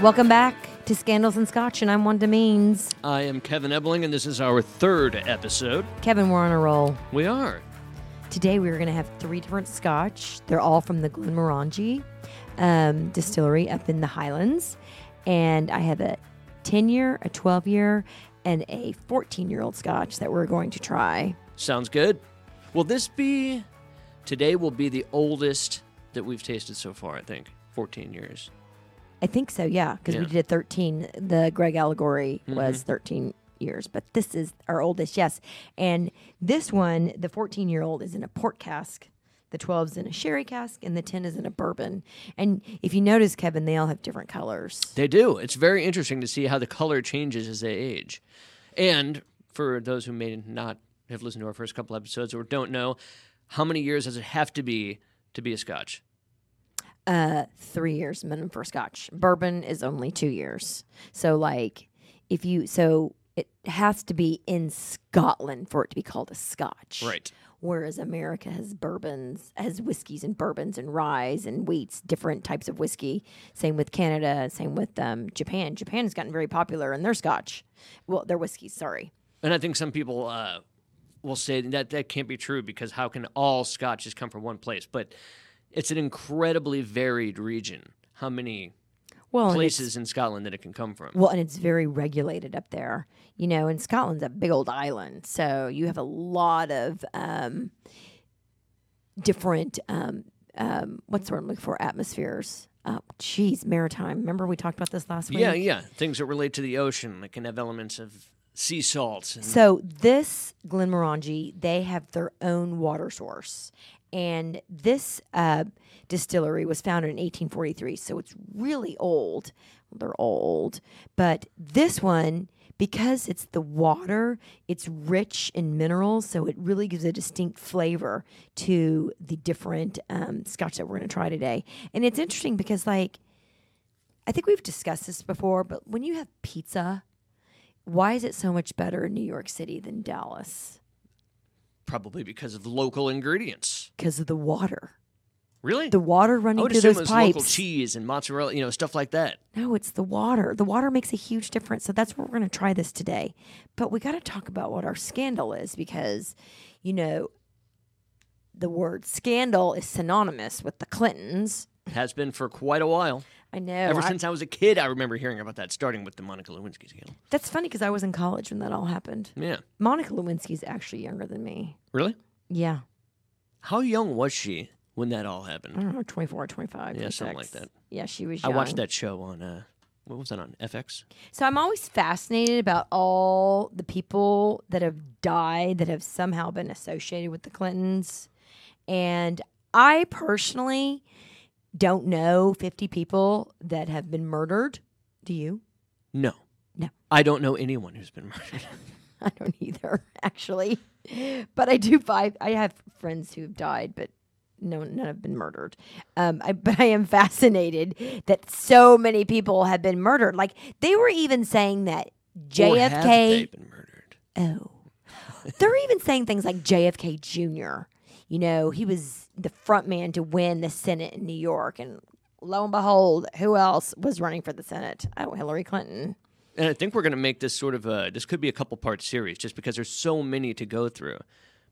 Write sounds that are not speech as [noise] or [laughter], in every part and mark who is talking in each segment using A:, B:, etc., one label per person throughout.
A: Welcome back to Scandals and Scotch, and I'm Wanda Means.
B: I am Kevin Ebling, and this is our third episode.
A: Kevin, we're on a roll.
B: We are.
A: Today we're going to have three different scotch. They're all from the Glenmorangie um, distillery up in the Highlands. And I have a 10 year, a 12 year, and a 14 year old scotch that we're going to try.
B: Sounds good. Will this be today? Will be the oldest that we've tasted so far. I think 14 years.
A: I think so, yeah, because we
B: Yeah. Mm-hmm.
A: did 13. The Greg Allegory was 13 years, but this is our oldest, yes. And this one, the 14 year old, is in a port cask, the 12's in a sherry cask, and the 10 is in a bourbon. And if you notice, Kevin, they all have different colors.
B: They do. It's very interesting to see how the color changes as they age. And for those who may not have listened to our first couple episodes or don't know, how many years does it have to be to be a Scotch?
A: Uh, three years minimum for scotch. Bourbon is only two years. So, like, if you, so it has to be in Scotland for it to be called a scotch.
B: Right.
A: whereas America has bourbons, has whiskeys and bourbons and ryes and wheats, different types of whiskey. Same with Canada. Same with um, Japan. Japan has gotten very popular in their Scotch. Well, their whiskeys. Sorry.
B: And I think some people uh, will say that that can't be true because how can all scotches come from one place? But it's an incredibly varied region. How many
A: Well, and Oh, it's-
B: places in Scotland that it can come from?
A: well, and it's very regulated up there. You know, and Scotland's a big old island, so you have a lot of um, different. Um, um, what's the word I'm looking for? Atmospheres. Oh, geez, maritime. Remember we talked about this last week?
B: Yeah, yeah. Things that relate to the ocean that can have elements of sea salt. And,
A: So this Glenmorangie, they have their own water source, and this uh, distillery was founded in 1843. So it's really old. Well, they're all old, but this one. Because it's the water, it's rich in minerals, so it really gives a distinct flavor to the different um, scotch that we're going to try today. And it's interesting because, like, I think we've discussed this before, but when you have pizza, why is it so much better in New York City than Dallas?
B: probably because of local ingredients.
A: Because of the water.
B: Really?
A: The water
B: I
A: running
B: would
A: through
B: assume it
A: those
B: was local
A: pipes.
B: cheese and mozzarella, you know, stuff like that.
A: No, it's the water. The water makes a huge difference. So that's what we're going to try this today. But we got to talk about what our scandal is because, you know, the word scandal is synonymous with the Clintons.
B: Has been for quite a while.
A: I know.
B: Ever
A: Oh, I-
B: since I was a kid, I remember hearing about that, starting with the Monica Lewinsky scandal.
A: that's funny because I was in college when that all happened.
B: Yeah.
A: Monica Lewinsky's actually younger than me.
B: Really?
A: Yeah.
B: How young was she when that all happened?
A: I don't know, 24, 25.
B: Yeah, something like
A: 26.
B: that.
A: Yeah, she was
B: I
A: young.
B: watched that show on uh, what was that on FX?
A: So I'm always fascinated about all the people that have died that have somehow been associated with the Clintons. And I personally don't know 50 people that have been murdered. Do you? [laughs]
B: No,
A: No.
B: I don't know anyone who's been [laughs] murdered.
A: I don't either, [laughs] actually. But I do five I have friends who've died, but no none have been murdered. Um I [laughs] but I am fascinated that so many people have been murdered. Like they were even saying that
B: Or have they
A: JFK
B: been murdered?
A: Oh. They're even saying things like JFK Jr. You know, he was the front man to win the Senate in New York. And lo and behold, who else was running for the Senate? Oh, Hillary Clinton.
B: And I think we're going to make this sort of a this could be a couple part series just because there's so many to go through.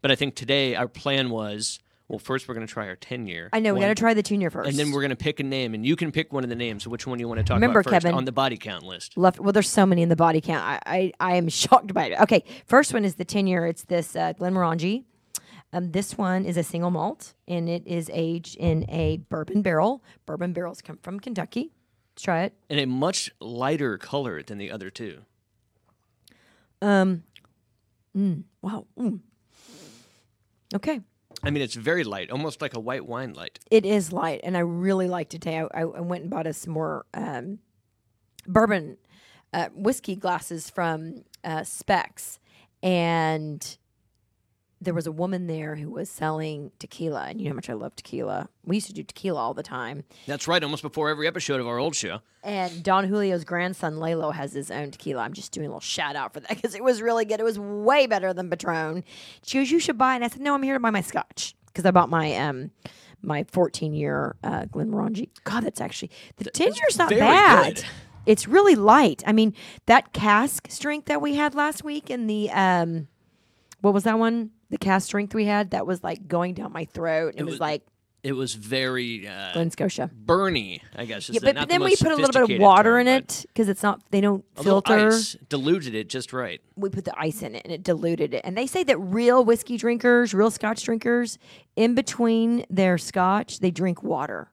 B: But I think today our plan was well, first we're going to try our ten year.
A: I know, we got to try the junior first.
B: And then we're going to pick a name, and you can pick one of the names. Which one you want to talk
A: Remember,
B: about first
A: Kevin-
B: on the body count list?
A: left. Well, there's so many in the body count. I, I, I am [laughs] shocked by it. Okay, first one is the tenure. It's this uh, Glenmorangie. Um, this one is a single malt, and it is aged in a bourbon barrel. Bourbon barrels come from Kentucky. Let's try it.
B: And a much lighter color than the other two.
A: Wow. Mm. Okay.
B: I mean, it's very light, almost like a white wine light.
A: It is light, and I really liked it today. I, I, I went and bought us some more um, bourbon uh, whiskey glasses from uh, Specs, and there was a woman there who was selling tequila. And you know how much I love tequila. We used to do tequila all the time.
B: That's right, almost before every episode of our old show.
A: And Don Julio's grandson Lalo has his own tequila. I'm just doing a little shout out for that [laughs] because it was really good. It was way better than Patron. She goes, "You should buy," it." and I said, "No, I'm here to buy my Scotch because I bought my um my 14 year uh, Glenmorangie. God, that's actually the 10 year's not
B: very
A: bad.
B: good.
A: It's really light. I mean, that cask strength that we had last week and the um what was that one? The cask strength we had that was like going down my throat. It, was,
B: was-
A: like
B: It was very uh,
A: Glen Scotia.
B: burny, I guess. Is
A: Yeah,
B: the-
A: but,
B: not
A: but
B: the
A: then we
B: most
A: put a little bit of
B: sophisticated
A: water in
B: term, but
A: it because it's not they don't
B: A little
A: filter.
B: ice diluted it just right.
A: we put the ice in it and it diluted it. And they say that real whiskey drinkers, real scotch drinkers, in between their scotch, they drink water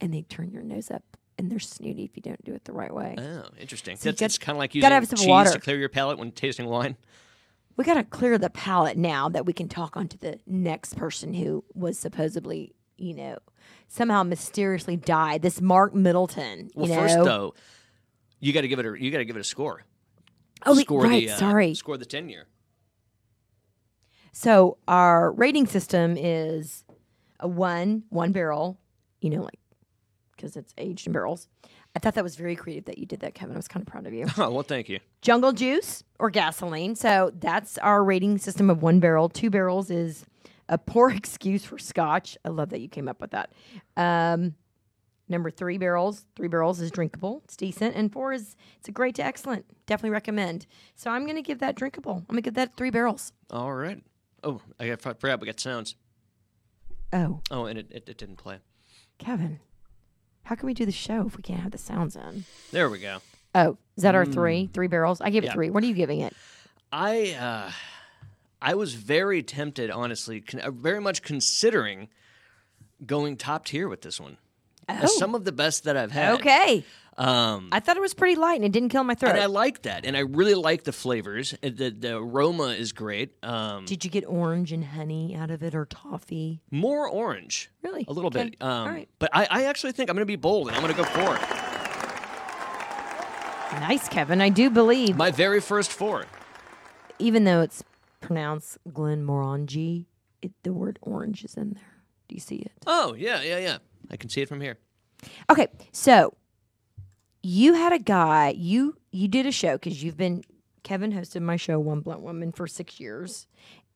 A: and they turn your nose up and they're snooty if you don't do it the right way.
B: Oh, interesting.
A: So you
B: That's
A: got-
B: it's kind of like using
A: gotta have some
B: cheese
A: water.
B: to clear your palate when tasting wine.
A: We got to clear the palate now that we can talk on to the next person who was supposedly, you know, somehow mysteriously died. This Mark Middleton.
B: Well,
A: you know?
B: first though, you got to give it a you got to give it a score.
A: oh, we-
B: score
A: right.
B: the, uh,
A: sorry.
B: Score the ten year.
A: So our rating system is a one, one barrel, you know, like because it's aged in barrels. I thought that was very creative that you did that, Kevin. I was kind of proud of you.
B: [laughs] Oh well, thank you.
A: Jungle juice or gasoline. So that's our rating system of one barrel. Two barrels is a poor [laughs] excuse for scotch. I love that you came up with that. Um, number three barrels, three barrels is drinkable. It's decent. And four is it's a great to excellent. Definitely recommend. So I'm going to give that drinkable. I'm going to give that three barrels.
B: All right. Oh, I got- I forgot we got sounds.
A: Oh.
B: Oh, and it, it, it didn't play.
A: Kevin, how can we do the show if we can't have the sounds on?
B: There we go.
A: Oh, is that our three? Three barrels? I gave it
B: Mm. Yeah.
A: three. What are you giving it?
B: I uh, I was very tempted, honestly, con- uh, very much considering going top tier with this one. As Some of the best that I've had.
A: Oh, Okay.
B: Um,
A: I thought it was pretty light and it didn't kill my throat.
B: and I like that, and I really like the flavors. Uh, The the aroma is great. Um,
A: Did you get orange and honey out of it or toffee?
B: more orange,
A: Really?
B: a little
A: Okay.
B: bit. Um,
A: All right.
B: But I, I actually think I'm going to be bold, and I'm going to go four.
A: Nice, Kevin. I do believe,
B: My very first four.
A: even though it's pronounced Glenmorangie, it, the word orange is in there. Do you see it?
B: Oh yeah, yeah, yeah. I can see it from here.
A: Okay, so you had a guy you you did a show because you've been Kevin hosted my show One Blunt Woman for six years,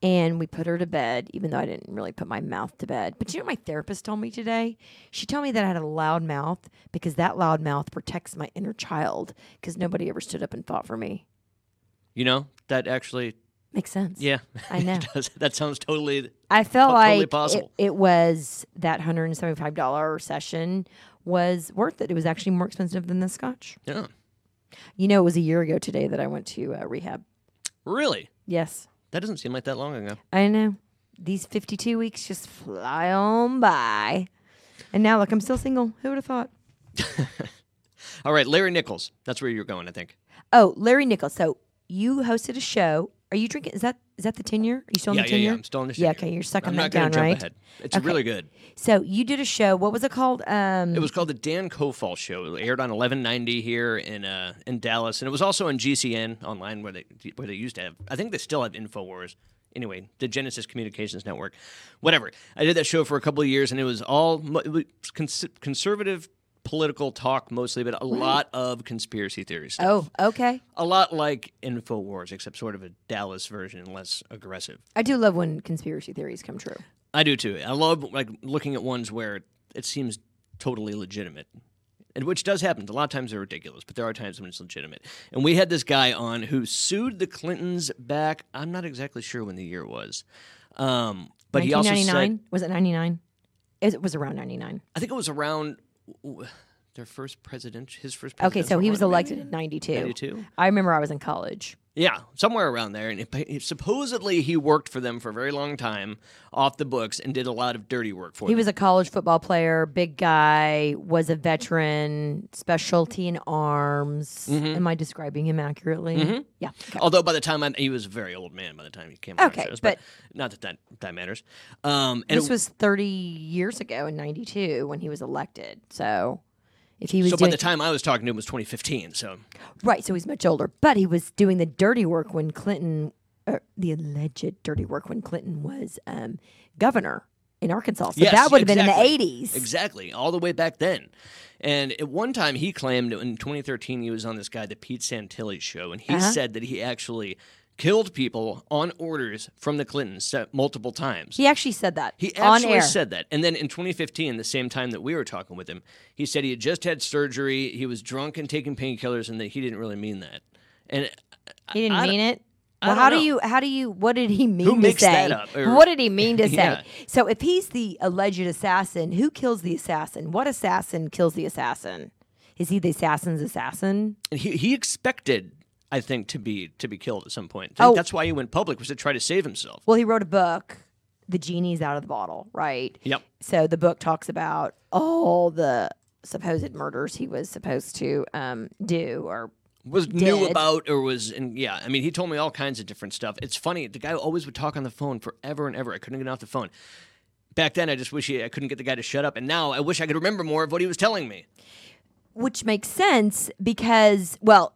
A: and we put her to bed. Even though I didn't really put my mouth to bed, but you know what my therapist told me today. She told me that I had a loud mouth because that loud mouth protects my inner child because nobody ever stood up and fought for me.
B: You know that actually,
A: Makes sense.
B: yeah.
A: I
B: [laughs]
A: know.
B: it does. That sounds totally
A: I felt
B: Po- totally
A: like it-
B: possible.
A: It, was that hundred and seventy five dollar session was worth it. It was actually more expensive than the scotch.
B: yeah.
A: You know, it was a year ago today that I went to uh, rehab.
B: Really?
A: Yes,
B: That doesn't seem like that long ago.
A: I know. These 52 weeks just fly on by. And now, look, I'm still single. Who would have thought?
B: All right, Larry Nichols. That's where you're going, I think.
A: Oh, Larry Nichols. So you hosted a show. Are you drinking? Is that is that the tenure? Are you still in
B: yeah,
A: the
B: yeah,
A: tenure?
B: yeah. I'm still on
A: Yeah,
B: the senior.
A: okay, you're sucking
B: I'm
A: that
B: not gonna
A: down,
B: jump
A: right?
B: ahead. It's really good.
A: So you did a show. What was it called? Um,
B: It was called the Dan Kofal Show. It aired on 1190 here in uh, in Dallas, and it was also on GCN online, where they where they used to have. I think they still have Infowars. Anyway, the Genesis Communications Network, whatever. I did that show for a couple of years, and it was all mo- it was cons- conservative political talk mostly, but a lot of conspiracy theories.
A: oh, okay.
B: A lot like Infowars, except sort of a Dallas version and less aggressive.
A: I do love when conspiracy theories come true.
B: I do too. I love like looking at ones where it seems totally legitimate, and which does happen. A lot of times they're ridiculous, but there are times when it's legitimate. And we had this guy on who sued the Clintons back. I'm not exactly sure when the year was, um, but he also said
A: 1999? was it 99? It was around 99.
B: I think it was around w- their first president, his first.
A: Okay, so
B: presidential
A: he was
B: run, maybe?
A: elected in 92.
B: 92?
A: I remember I was in college.
B: Yeah, somewhere around there. And it, it- supposedly he worked for them for a very long time off the books and did a lot of dirty work for
A: He
B: them.
A: was a college football player, big guy, was a veteran, specialty in arms.
B: Mm-hmm.
A: Am I describing him accurately? Yeah. okay.
B: Although by the time I, he was a very old man by the time he came on our
A: Okay,
B: shows, but, not that that, that matters. Um, and
A: This was 30 years ago in 92 when he was elected. So if he was
B: so by
A: doing
B: the time I was talking to him was 2015. So
A: Right, so he's much older, but he was doing the dirty work when Clinton, uh, the alleged dirty work when Clinton was um, governor in Arkansas. So
B: Yes,
A: that would have
B: exactly.
A: been in the 80s.
B: exactly, all the way back then. And at one time
A: Uh-huh.
B: he claimed in 2013 he was on this guy the Pete Santilli show, and he said that he actually killed people on orders from the Clintons se- multiple times.
A: He actually said that.
B: He
A: on
B: actually
A: air.
B: said that. And then in 2015, the same time that we were talking with him, he said he had just had surgery, he was drunk and taking painkillers, and that he didn't really mean that. And
A: he didn't
B: I- I-
A: mean it.
B: I
A: Well,
B: don't
A: how do
B: know.
A: you? How do you? What did he mean to
B: makes
A: say?
B: that up, or-
A: what did he mean to say?
B: [laughs] Yeah.
A: So if he's the alleged assassin, who kills the assassin? What assassin kills the assassin? Is he the assassin's assassin?
B: And he, he expected, I think, to be to be killed at some point. I think
A: Oh.
B: that's why he went public was to try to save himself.
A: Well, he wrote a book. The genie's out of the bottle, right?
B: Yep.
A: So the book talks about all the supposed murders he was supposed to um, do or
B: Was knew
A: Did.
B: about or was and yeah, I mean he told me all kinds of different stuff. It's funny, the guy always would talk on the phone forever and ever. I couldn't get off the phone. Back then I just wish he, I couldn't get the guy to shut up and now I wish I could remember more of what he was telling me.
A: which makes sense because well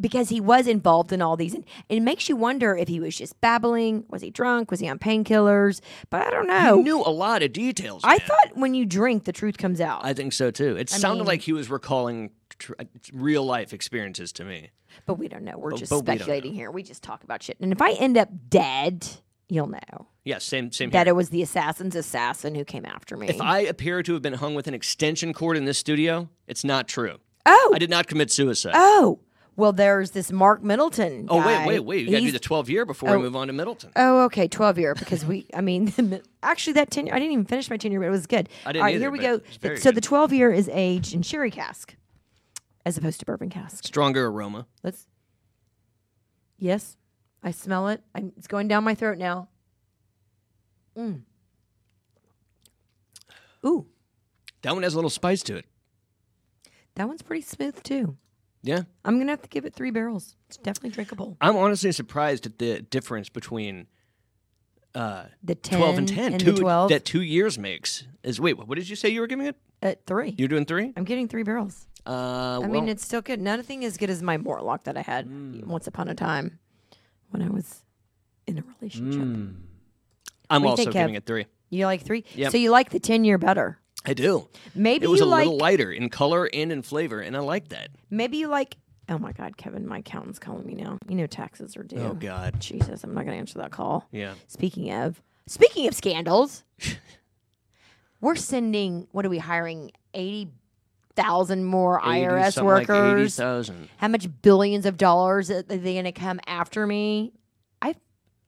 A: because he was involved in all these and it makes you wonder if he was just babbling was he drunk was he on painkillers but i don't know
B: He knew a lot of details.
A: Oh. i
B: man.
A: thought when you drink the truth comes out
B: I think so too. It sounded
A: mean-
B: like he was recalling tr- uh, real life experiences to me.
A: but we don't know we're just
B: but we don't know.
A: speculating here we just talk about shit and if i end up dead you'll know
B: Yeah, same same here.
A: that it was the assassin's assassin who came after me
B: If I appear to have been hung with an extension cord in this studio, it's not true.
A: oh
B: I did not commit suicide.
A: oh well there's this mark middleton
B: oh wait,
A: guy.
B: wait, wait! You got to do
A: He's-
B: the 12 year before we move on to Middleton.
A: Oh, okay, twelve year because we. I mean, [laughs] actually, that ten year. I didn't even finish my ten year, but it was good.
B: I didn't
A: All right,
B: either,
A: here we
B: but
A: go.
B: it's very
A: so
B: good.
A: the twelve year is aged in sherry cask, as opposed to bourbon cask.
B: Stronger aroma.
A: Let's. Yes, I smell it. I'm, it's going down my throat now. Mm. Ooh,
B: That one has a little spice to it.
A: that one's pretty smooth too.
B: Yeah,
A: I'm gonna have to give it three barrels. It's definitely drinkable.
B: I'm honestly surprised at the difference between uh,
A: The ten,
B: 12 and 10.
A: the
B: two,
A: twelve
B: that two years makes is wait. What did you say you were giving it?
A: at three.
B: You're doing three?
A: I'm getting three barrels.
B: Uh,
A: I
B: well, Mm.
A: mean, it's still good. Nothing as good as my Morlock that I had once upon a time when I was in a relationship.
B: I'm
A: do you
B: also
A: think,
B: giving
A: Kev?
B: it three.
A: You like three?
B: Yep.
A: So you like the 10 year better.
B: I do.
A: Maybe
B: it was
A: you
B: a
A: like,
B: little lighter in color and in flavor, and I like that.
A: maybe you like, oh my God, Kevin, my accountant's calling me now. You know, taxes are due.
B: Oh God.
A: Jesus, I'm not going to answer that call.
B: Yeah.
A: Speaking of, speaking of
B: [laughs]
A: scandals, we're sending, what are we hiring? 80,000 more IRS workers. how much billions of dollars are they going to come after me? I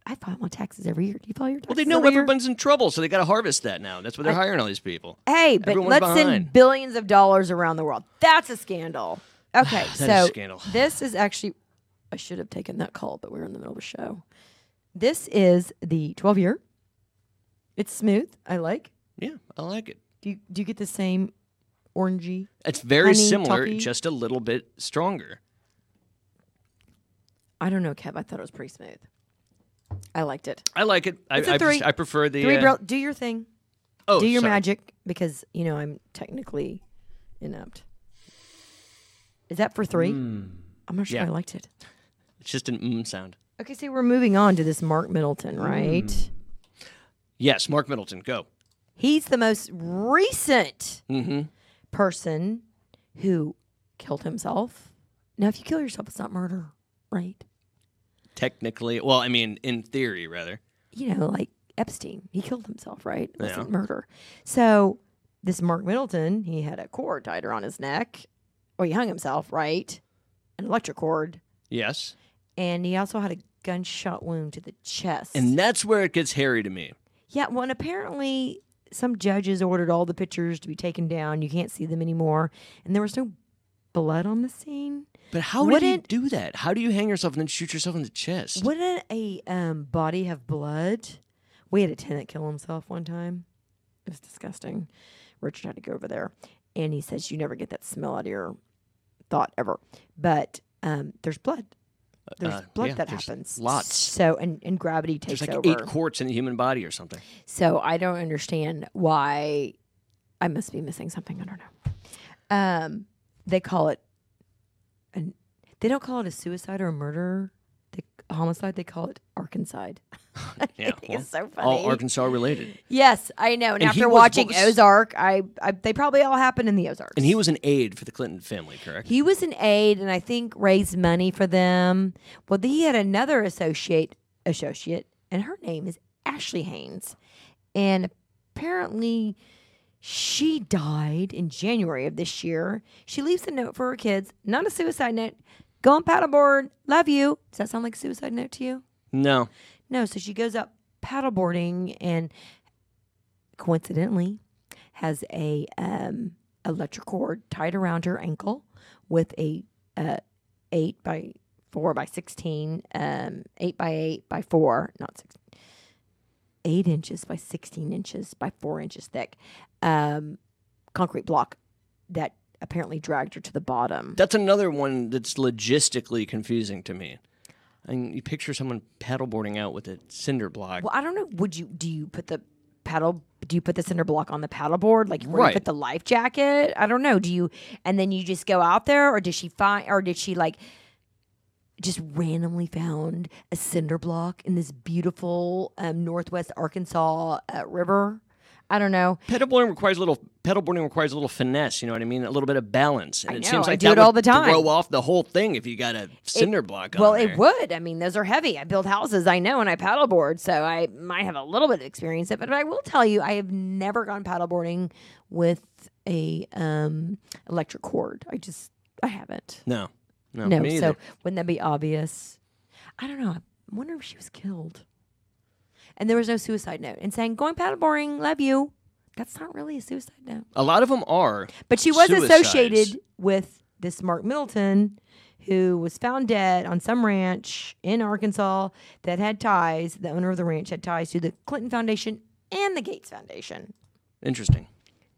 A: I file my taxes every year. Do you file your taxes?
B: Well, they know
A: every year?
B: everyone's in trouble, so they got to harvest that now. That's why they're hiring all these people.
A: Hey, but
B: everyone's
A: let's
B: behind.
A: send billions of dollars around the world. That's a scandal. Okay,
B: [sighs] That is
A: so
B: a scandal.
A: this is actually I should have taken that call, but we were in the middle of a show. This is the 12 year. It's smooth. I like.
B: Yeah, I like it.
A: Do you, do you get the same orangey?
B: It's
A: Honey,
B: very similar,
A: toffee.
B: just a little bit stronger.
A: I don't know, Kev. I thought it was pretty smooth. I liked it.
B: I like it. I,
A: It's a
B: I,
A: three.
B: pres- I prefer the
A: Three
B: uh,
A: bro, do your thing.
B: Oh,
A: do your
B: sorry.
A: magic because you know I'm technically inept. Is that for three? I'm not sure
B: Hmm. Yeah.
A: I liked it.
B: It's just an mm sound.
A: Okay, so we're moving on to this Mark
B: Hmm.
A: Middleton, right?
B: Yes, Mark Middleton, go.
A: He's the most recent
B: Mm-hmm.
A: person who killed himself. Now, if you kill yourself, it's not murder, right?
B: Technically, well, I mean, in theory, rather.
A: You know, like Epstein, he killed himself, right? It wasn't
B: Yeah.
A: murder. So this Mark Middleton, he had a cord tied around his neck, or he hung himself, right? An electric cord.
B: Yes.
A: and he also had a gunshot wound to the chest.
B: And that's where it gets hairy to me.
A: yeah, well, and apparently some judges ordered all the pictures to be taken down. You can't see them anymore, and there was no blood on the scene.
B: But how
A: Wouldn't-
B: did you do that? How do you hang yourself and then shoot yourself in the chest?
A: Wouldn't a um, body have blood? We had a tenant kill himself one time. It was disgusting. Richard had to go over there, and he says you never get that smell out of your thought ever. But um, there's blood. There's
B: Uh,
A: blood
B: yeah,
A: that
B: there's
A: happens.
B: lots.
A: So and, and gravity takes
B: There's like
A: over.
B: eight quarts in the human body
A: [laughs]
B: or something.
A: So I don't understand why I must be missing something. I don't know. Um, they call it an they don't call it a suicide or a murder. They homicide. They call it arkanside.
B: yeah.
A: think
B: well,
A: [laughs] it's so funny.
B: All Arkansas related.
A: Yes, I know. And,
B: he
A: after
B: was
A: watching
B: was-
A: Ozark, I, I they probably all happened in the Ozarks.
B: And he was an aide for the Clinton family, correct?
A: He was an aide, and I think raised money for them. Well, then he had another associate, associate, and her name is Ashley Haynes, and apparently, she died in January of this year. She leaves a note for her kids, not a suicide note. Go on paddleboard, love you. Does that sound like a suicide note to you?
B: no.
A: No, so she goes up paddleboarding and coincidentally has a um, electric cord tied around her ankle with a uh, eight by four by sixteen, um, eight by eight by four, not six, eight inches by sixteen inches by four inches thick um, concrete block that apparently dragged her to the bottom.
B: That's another one that's logistically confusing to me. I mean, you picture someone paddleboarding out with a cinder block.
A: Well, I don't know. Would you do you put the paddle? Do you put the cinder block on the paddle board, like where
B: Right.
A: you put the life jacket? I don't know. Do you and then you just go out there, or did she find, or did she like just randomly found a cinder block in this beautiful um, northwest Arkansas uh, river? I don't know.
B: Paddleboarding requires a little paddleboarding requires a little finesse. You know what I mean? A little bit of balance, and
A: I
B: it
A: know,
B: seems
A: I
B: like
A: do
B: that
A: it all
B: would
A: the time.
B: Throw off the whole thing if you got a cinder block.
A: Well,
B: on
A: it
B: there.
A: would. I mean, those are heavy. I build houses, I know, and I paddleboard, so I might have a little bit of experience in it. But I will tell you, I have never gone paddleboarding with a um, electric cord. I just, I haven't.
B: No, no,
A: No,
B: me
A: so
B: either.
A: wouldn't that be obvious? I don't know. I wonder if she was killed. And there was no suicide note. And saying going paddleboarding, love you. That's not really a suicide note.
B: A lot of them are.
A: But she was
B: Suicides.
A: associated with this Mark Middleton, who was found dead on some ranch in Arkansas that had ties. The owner of the ranch had ties to the Clinton Foundation and the Gates Foundation.
B: Interesting.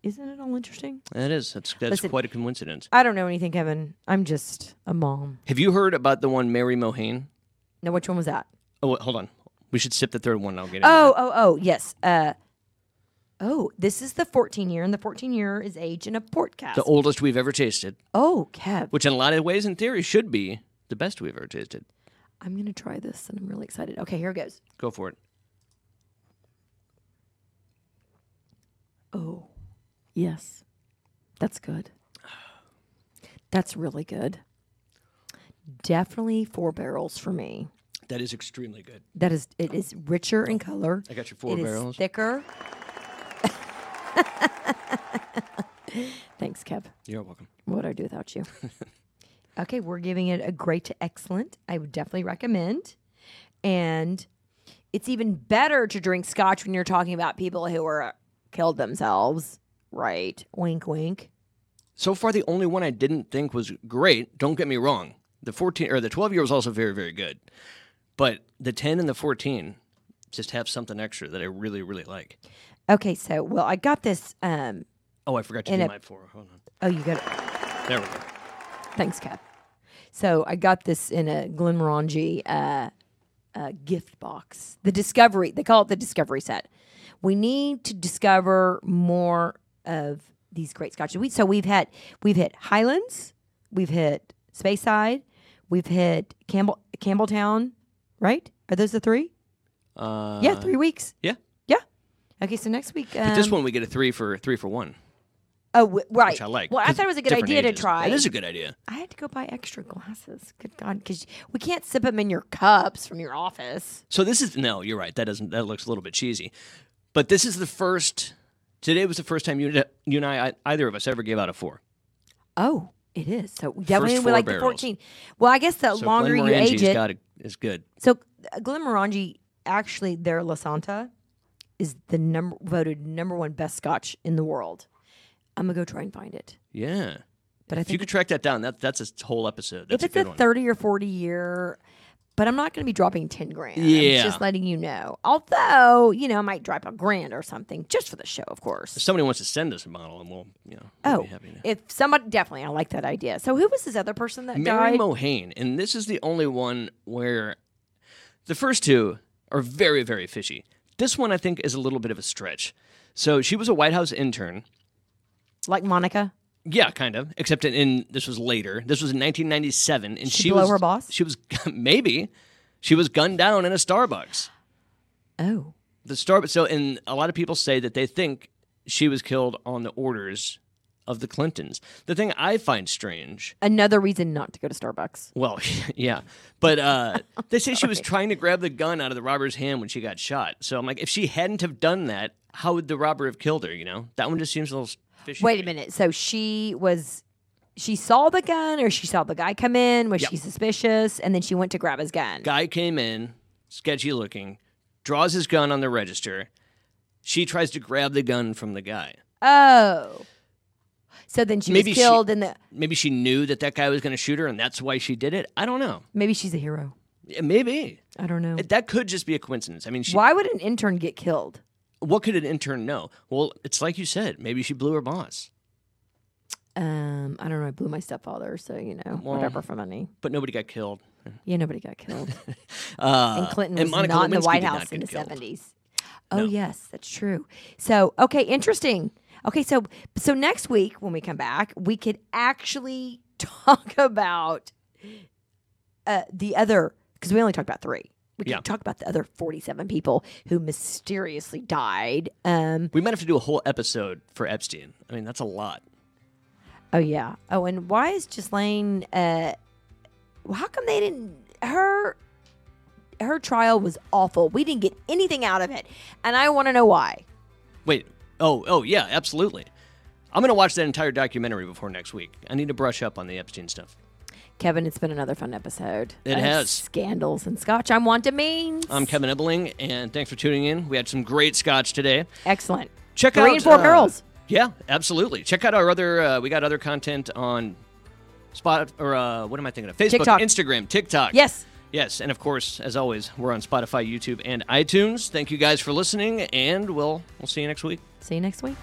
A: Isn't it all interesting?
B: That is. That's that's
A: Listen.
B: quite a coincidence.
A: I don't know anything, Kevin. I'm just a mom.
B: Have you heard about the one Mary Mohane?
A: Now, which one was that?
B: Oh, wait, hold on. We should sip the third one. and I'll get it.
A: Oh, oh, oh, yes. Uh, oh, this is the 14 year, and the 14 year is age in a podcast.
B: the oldest we've ever tasted,
A: oh, Kev,
B: which in a lot of ways, in theory, should be the best we've ever tasted.
A: I'm going to try this, and I'm really excited. Okay, here it goes.
B: Go for it.
A: Oh, yes. That's good. That's really good. Definitely four barrels for me.
B: That is extremely good.
A: That is, it is richer in color.
B: I got your four
A: It is
B: barrels.
A: thicker. [laughs] Thanks, Kev.
B: You're welcome.
A: What would I do without
B: [laughs]
A: you? okay, we're giving it a great to excellent. I would definitely recommend. And it's even better to drink scotch when you're talking about people who are killed themselves. Right. Wink, wink.
B: So far, the only one I didn't think was great. Don't get me wrong. The 14 or the 12 year was also very, very good. But the 10 and the 14 just have something extra that I really, really like.
A: Okay, so, well, I got this. Um,
B: Oh, I forgot to
A: And
B: do
A: a-
B: my four. Hold on.
A: oh, you got it.
B: There we go.
A: Thanks, Kev. So I got this in a Glenmorangie uh, uh, gift box. The discovery, they call it the discovery set. We need to discover more of these great scotches. We, so we've had we've hit Highlands, we've hit Speyside, we've hit Campbell Campbelltown, right? Are those the three?
B: Uh,
A: yeah, three weeks.
B: yeah.
A: yeah. Okay, so next week. Um,
B: But this one we get a three for three for one,
A: oh, w- right.
B: which I like.
A: Well, I
B: 'cause
A: thought it was a good
B: different
A: idea
B: ages.
A: to try.
B: It is a good idea.
A: I had to go buy extra glasses. Good God, because we can't sip them in your cups from your office.
B: So this is no, you're right. That doesn't. That looks a little bit cheesy. But this is the first. Today was the first time you, you and I, either of us, ever gave out a four.
A: Oh, it is. So we definitely we
B: four
A: like the
B: barrels.
A: fourteen. Well, I guess the
B: So
A: longer you age
B: Glenmorangie's
A: it.
B: got a, is good.
A: so uh, Glenmorangie actually their La Santa is the number voted number one best Scotch in the world. I'm gonna go try and find it.
B: Yeah.
A: But I
B: If you
A: think
B: could track that down, that that's a whole episode.
A: if
B: That's
A: it's
B: a
A: a,
B: good one.
A: thirty or forty year. But I'm not going to be dropping 10 grand.
B: Yeah.
A: I'm just letting you know. Although, you know, I might drop a grand or something just for the show, of course.
B: if somebody wants to send us a bottle, and we'll, you know, we'll
A: Oh,
B: be happy to.
A: if somebody definitely, I like that idea. So who was this other person that
B: Mary
A: died?
B: Mohane, and this is the only one where the first two are very, very fishy. This one I think is a little bit of a stretch. So she was a White House intern.
A: like Monica.
B: Yeah, kind of. Except in, in this was later. This was in 1997, and she,
A: blow
B: was [laughs]
A: her boss?
B: She was maybe she was gunned down in a Starbucks.
A: Oh,
B: The star. So, and a lot of people say that they think she was killed on the orders of the Clintons. The thing I find strange.
A: another reason not to go to Starbucks.
B: Well, [laughs] yeah,
A: [laughs]
B: but uh, they say she was trying to grab the gun out of the robber's hand when she got shot. So I'm like, if she hadn't have done that, how would the robber have killed her? You know, that one just seems a little fishy. to
A: Wait
B: me.
A: a minute. So she was, she saw the gun, or she saw the guy come in. Was
B: Yep.
A: she suspicious? And then she went to grab his gun.
B: Guy came in, sketchy looking, draws his gun on the register. She tries to grab the gun from the guy.
A: Oh, so then she
B: Maybe
A: was
B: she-
A: killed, and the
B: Maybe she knew that that guy was going to shoot her, and that's why she did it. I don't know.
A: maybe she's a hero.
B: Yeah, Maybe
A: I don't know.
B: It- that could just be a coincidence. I mean, she,
A: Why would an intern get killed?
B: what could an intern know? Well, it's like you said. Maybe she blew her boss,
A: Um, I don't know. I blew my stepfather, so you know,
B: Well-
A: whatever for money.
B: but nobody got killed.
A: Yeah, nobody got killed.
B: Uh,
A: and Clinton was
B: Monica
A: not in the
B: Lewinsky
A: White
B: did not
A: House in the
B: get killed.
A: seventies. Oh
B: No.
A: yes, that's true. So okay, interesting. Okay, so so next week when we come back, we could actually [laughs] talk about uh, the other because we only talked about three. We could
B: Yeah.
A: talk about the other forty-seven people who mysteriously died. Um,
B: We might have to do a whole episode for Epstein. I mean, that's a lot.
A: oh yeah. Oh, and why is Ghislaine? Uh, well, how come they didn't her? Her trial was awful. We didn't get anything out of it, and I want to know why.
B: Wait. Oh, oh yeah, absolutely. I'm going to watch that entire documentary before next week. I need to brush up on the Epstein stuff.
A: Kevin, it's been another fun episode.
B: It
A: of
B: has.
A: Scandals and Scotch. I'm Wanda Means.
B: I'm Kevin Ebeling, and thanks for tuning in. We had some great scotch today.
A: Excellent.
B: Check
A: Three
B: out
A: and four
B: uh,
A: girls.
B: Yeah, absolutely. Check out our other. Uh, we got other content on Spot or uh, what am I thinking of? Facebook,
A: TikTok.
B: Instagram, TikTok.
A: Yes.
B: yes, and of course, as always, we're on Spotify, YouTube, and iTunes. Thank you guys for listening, and we'll we'll see you next week.
A: See you next week.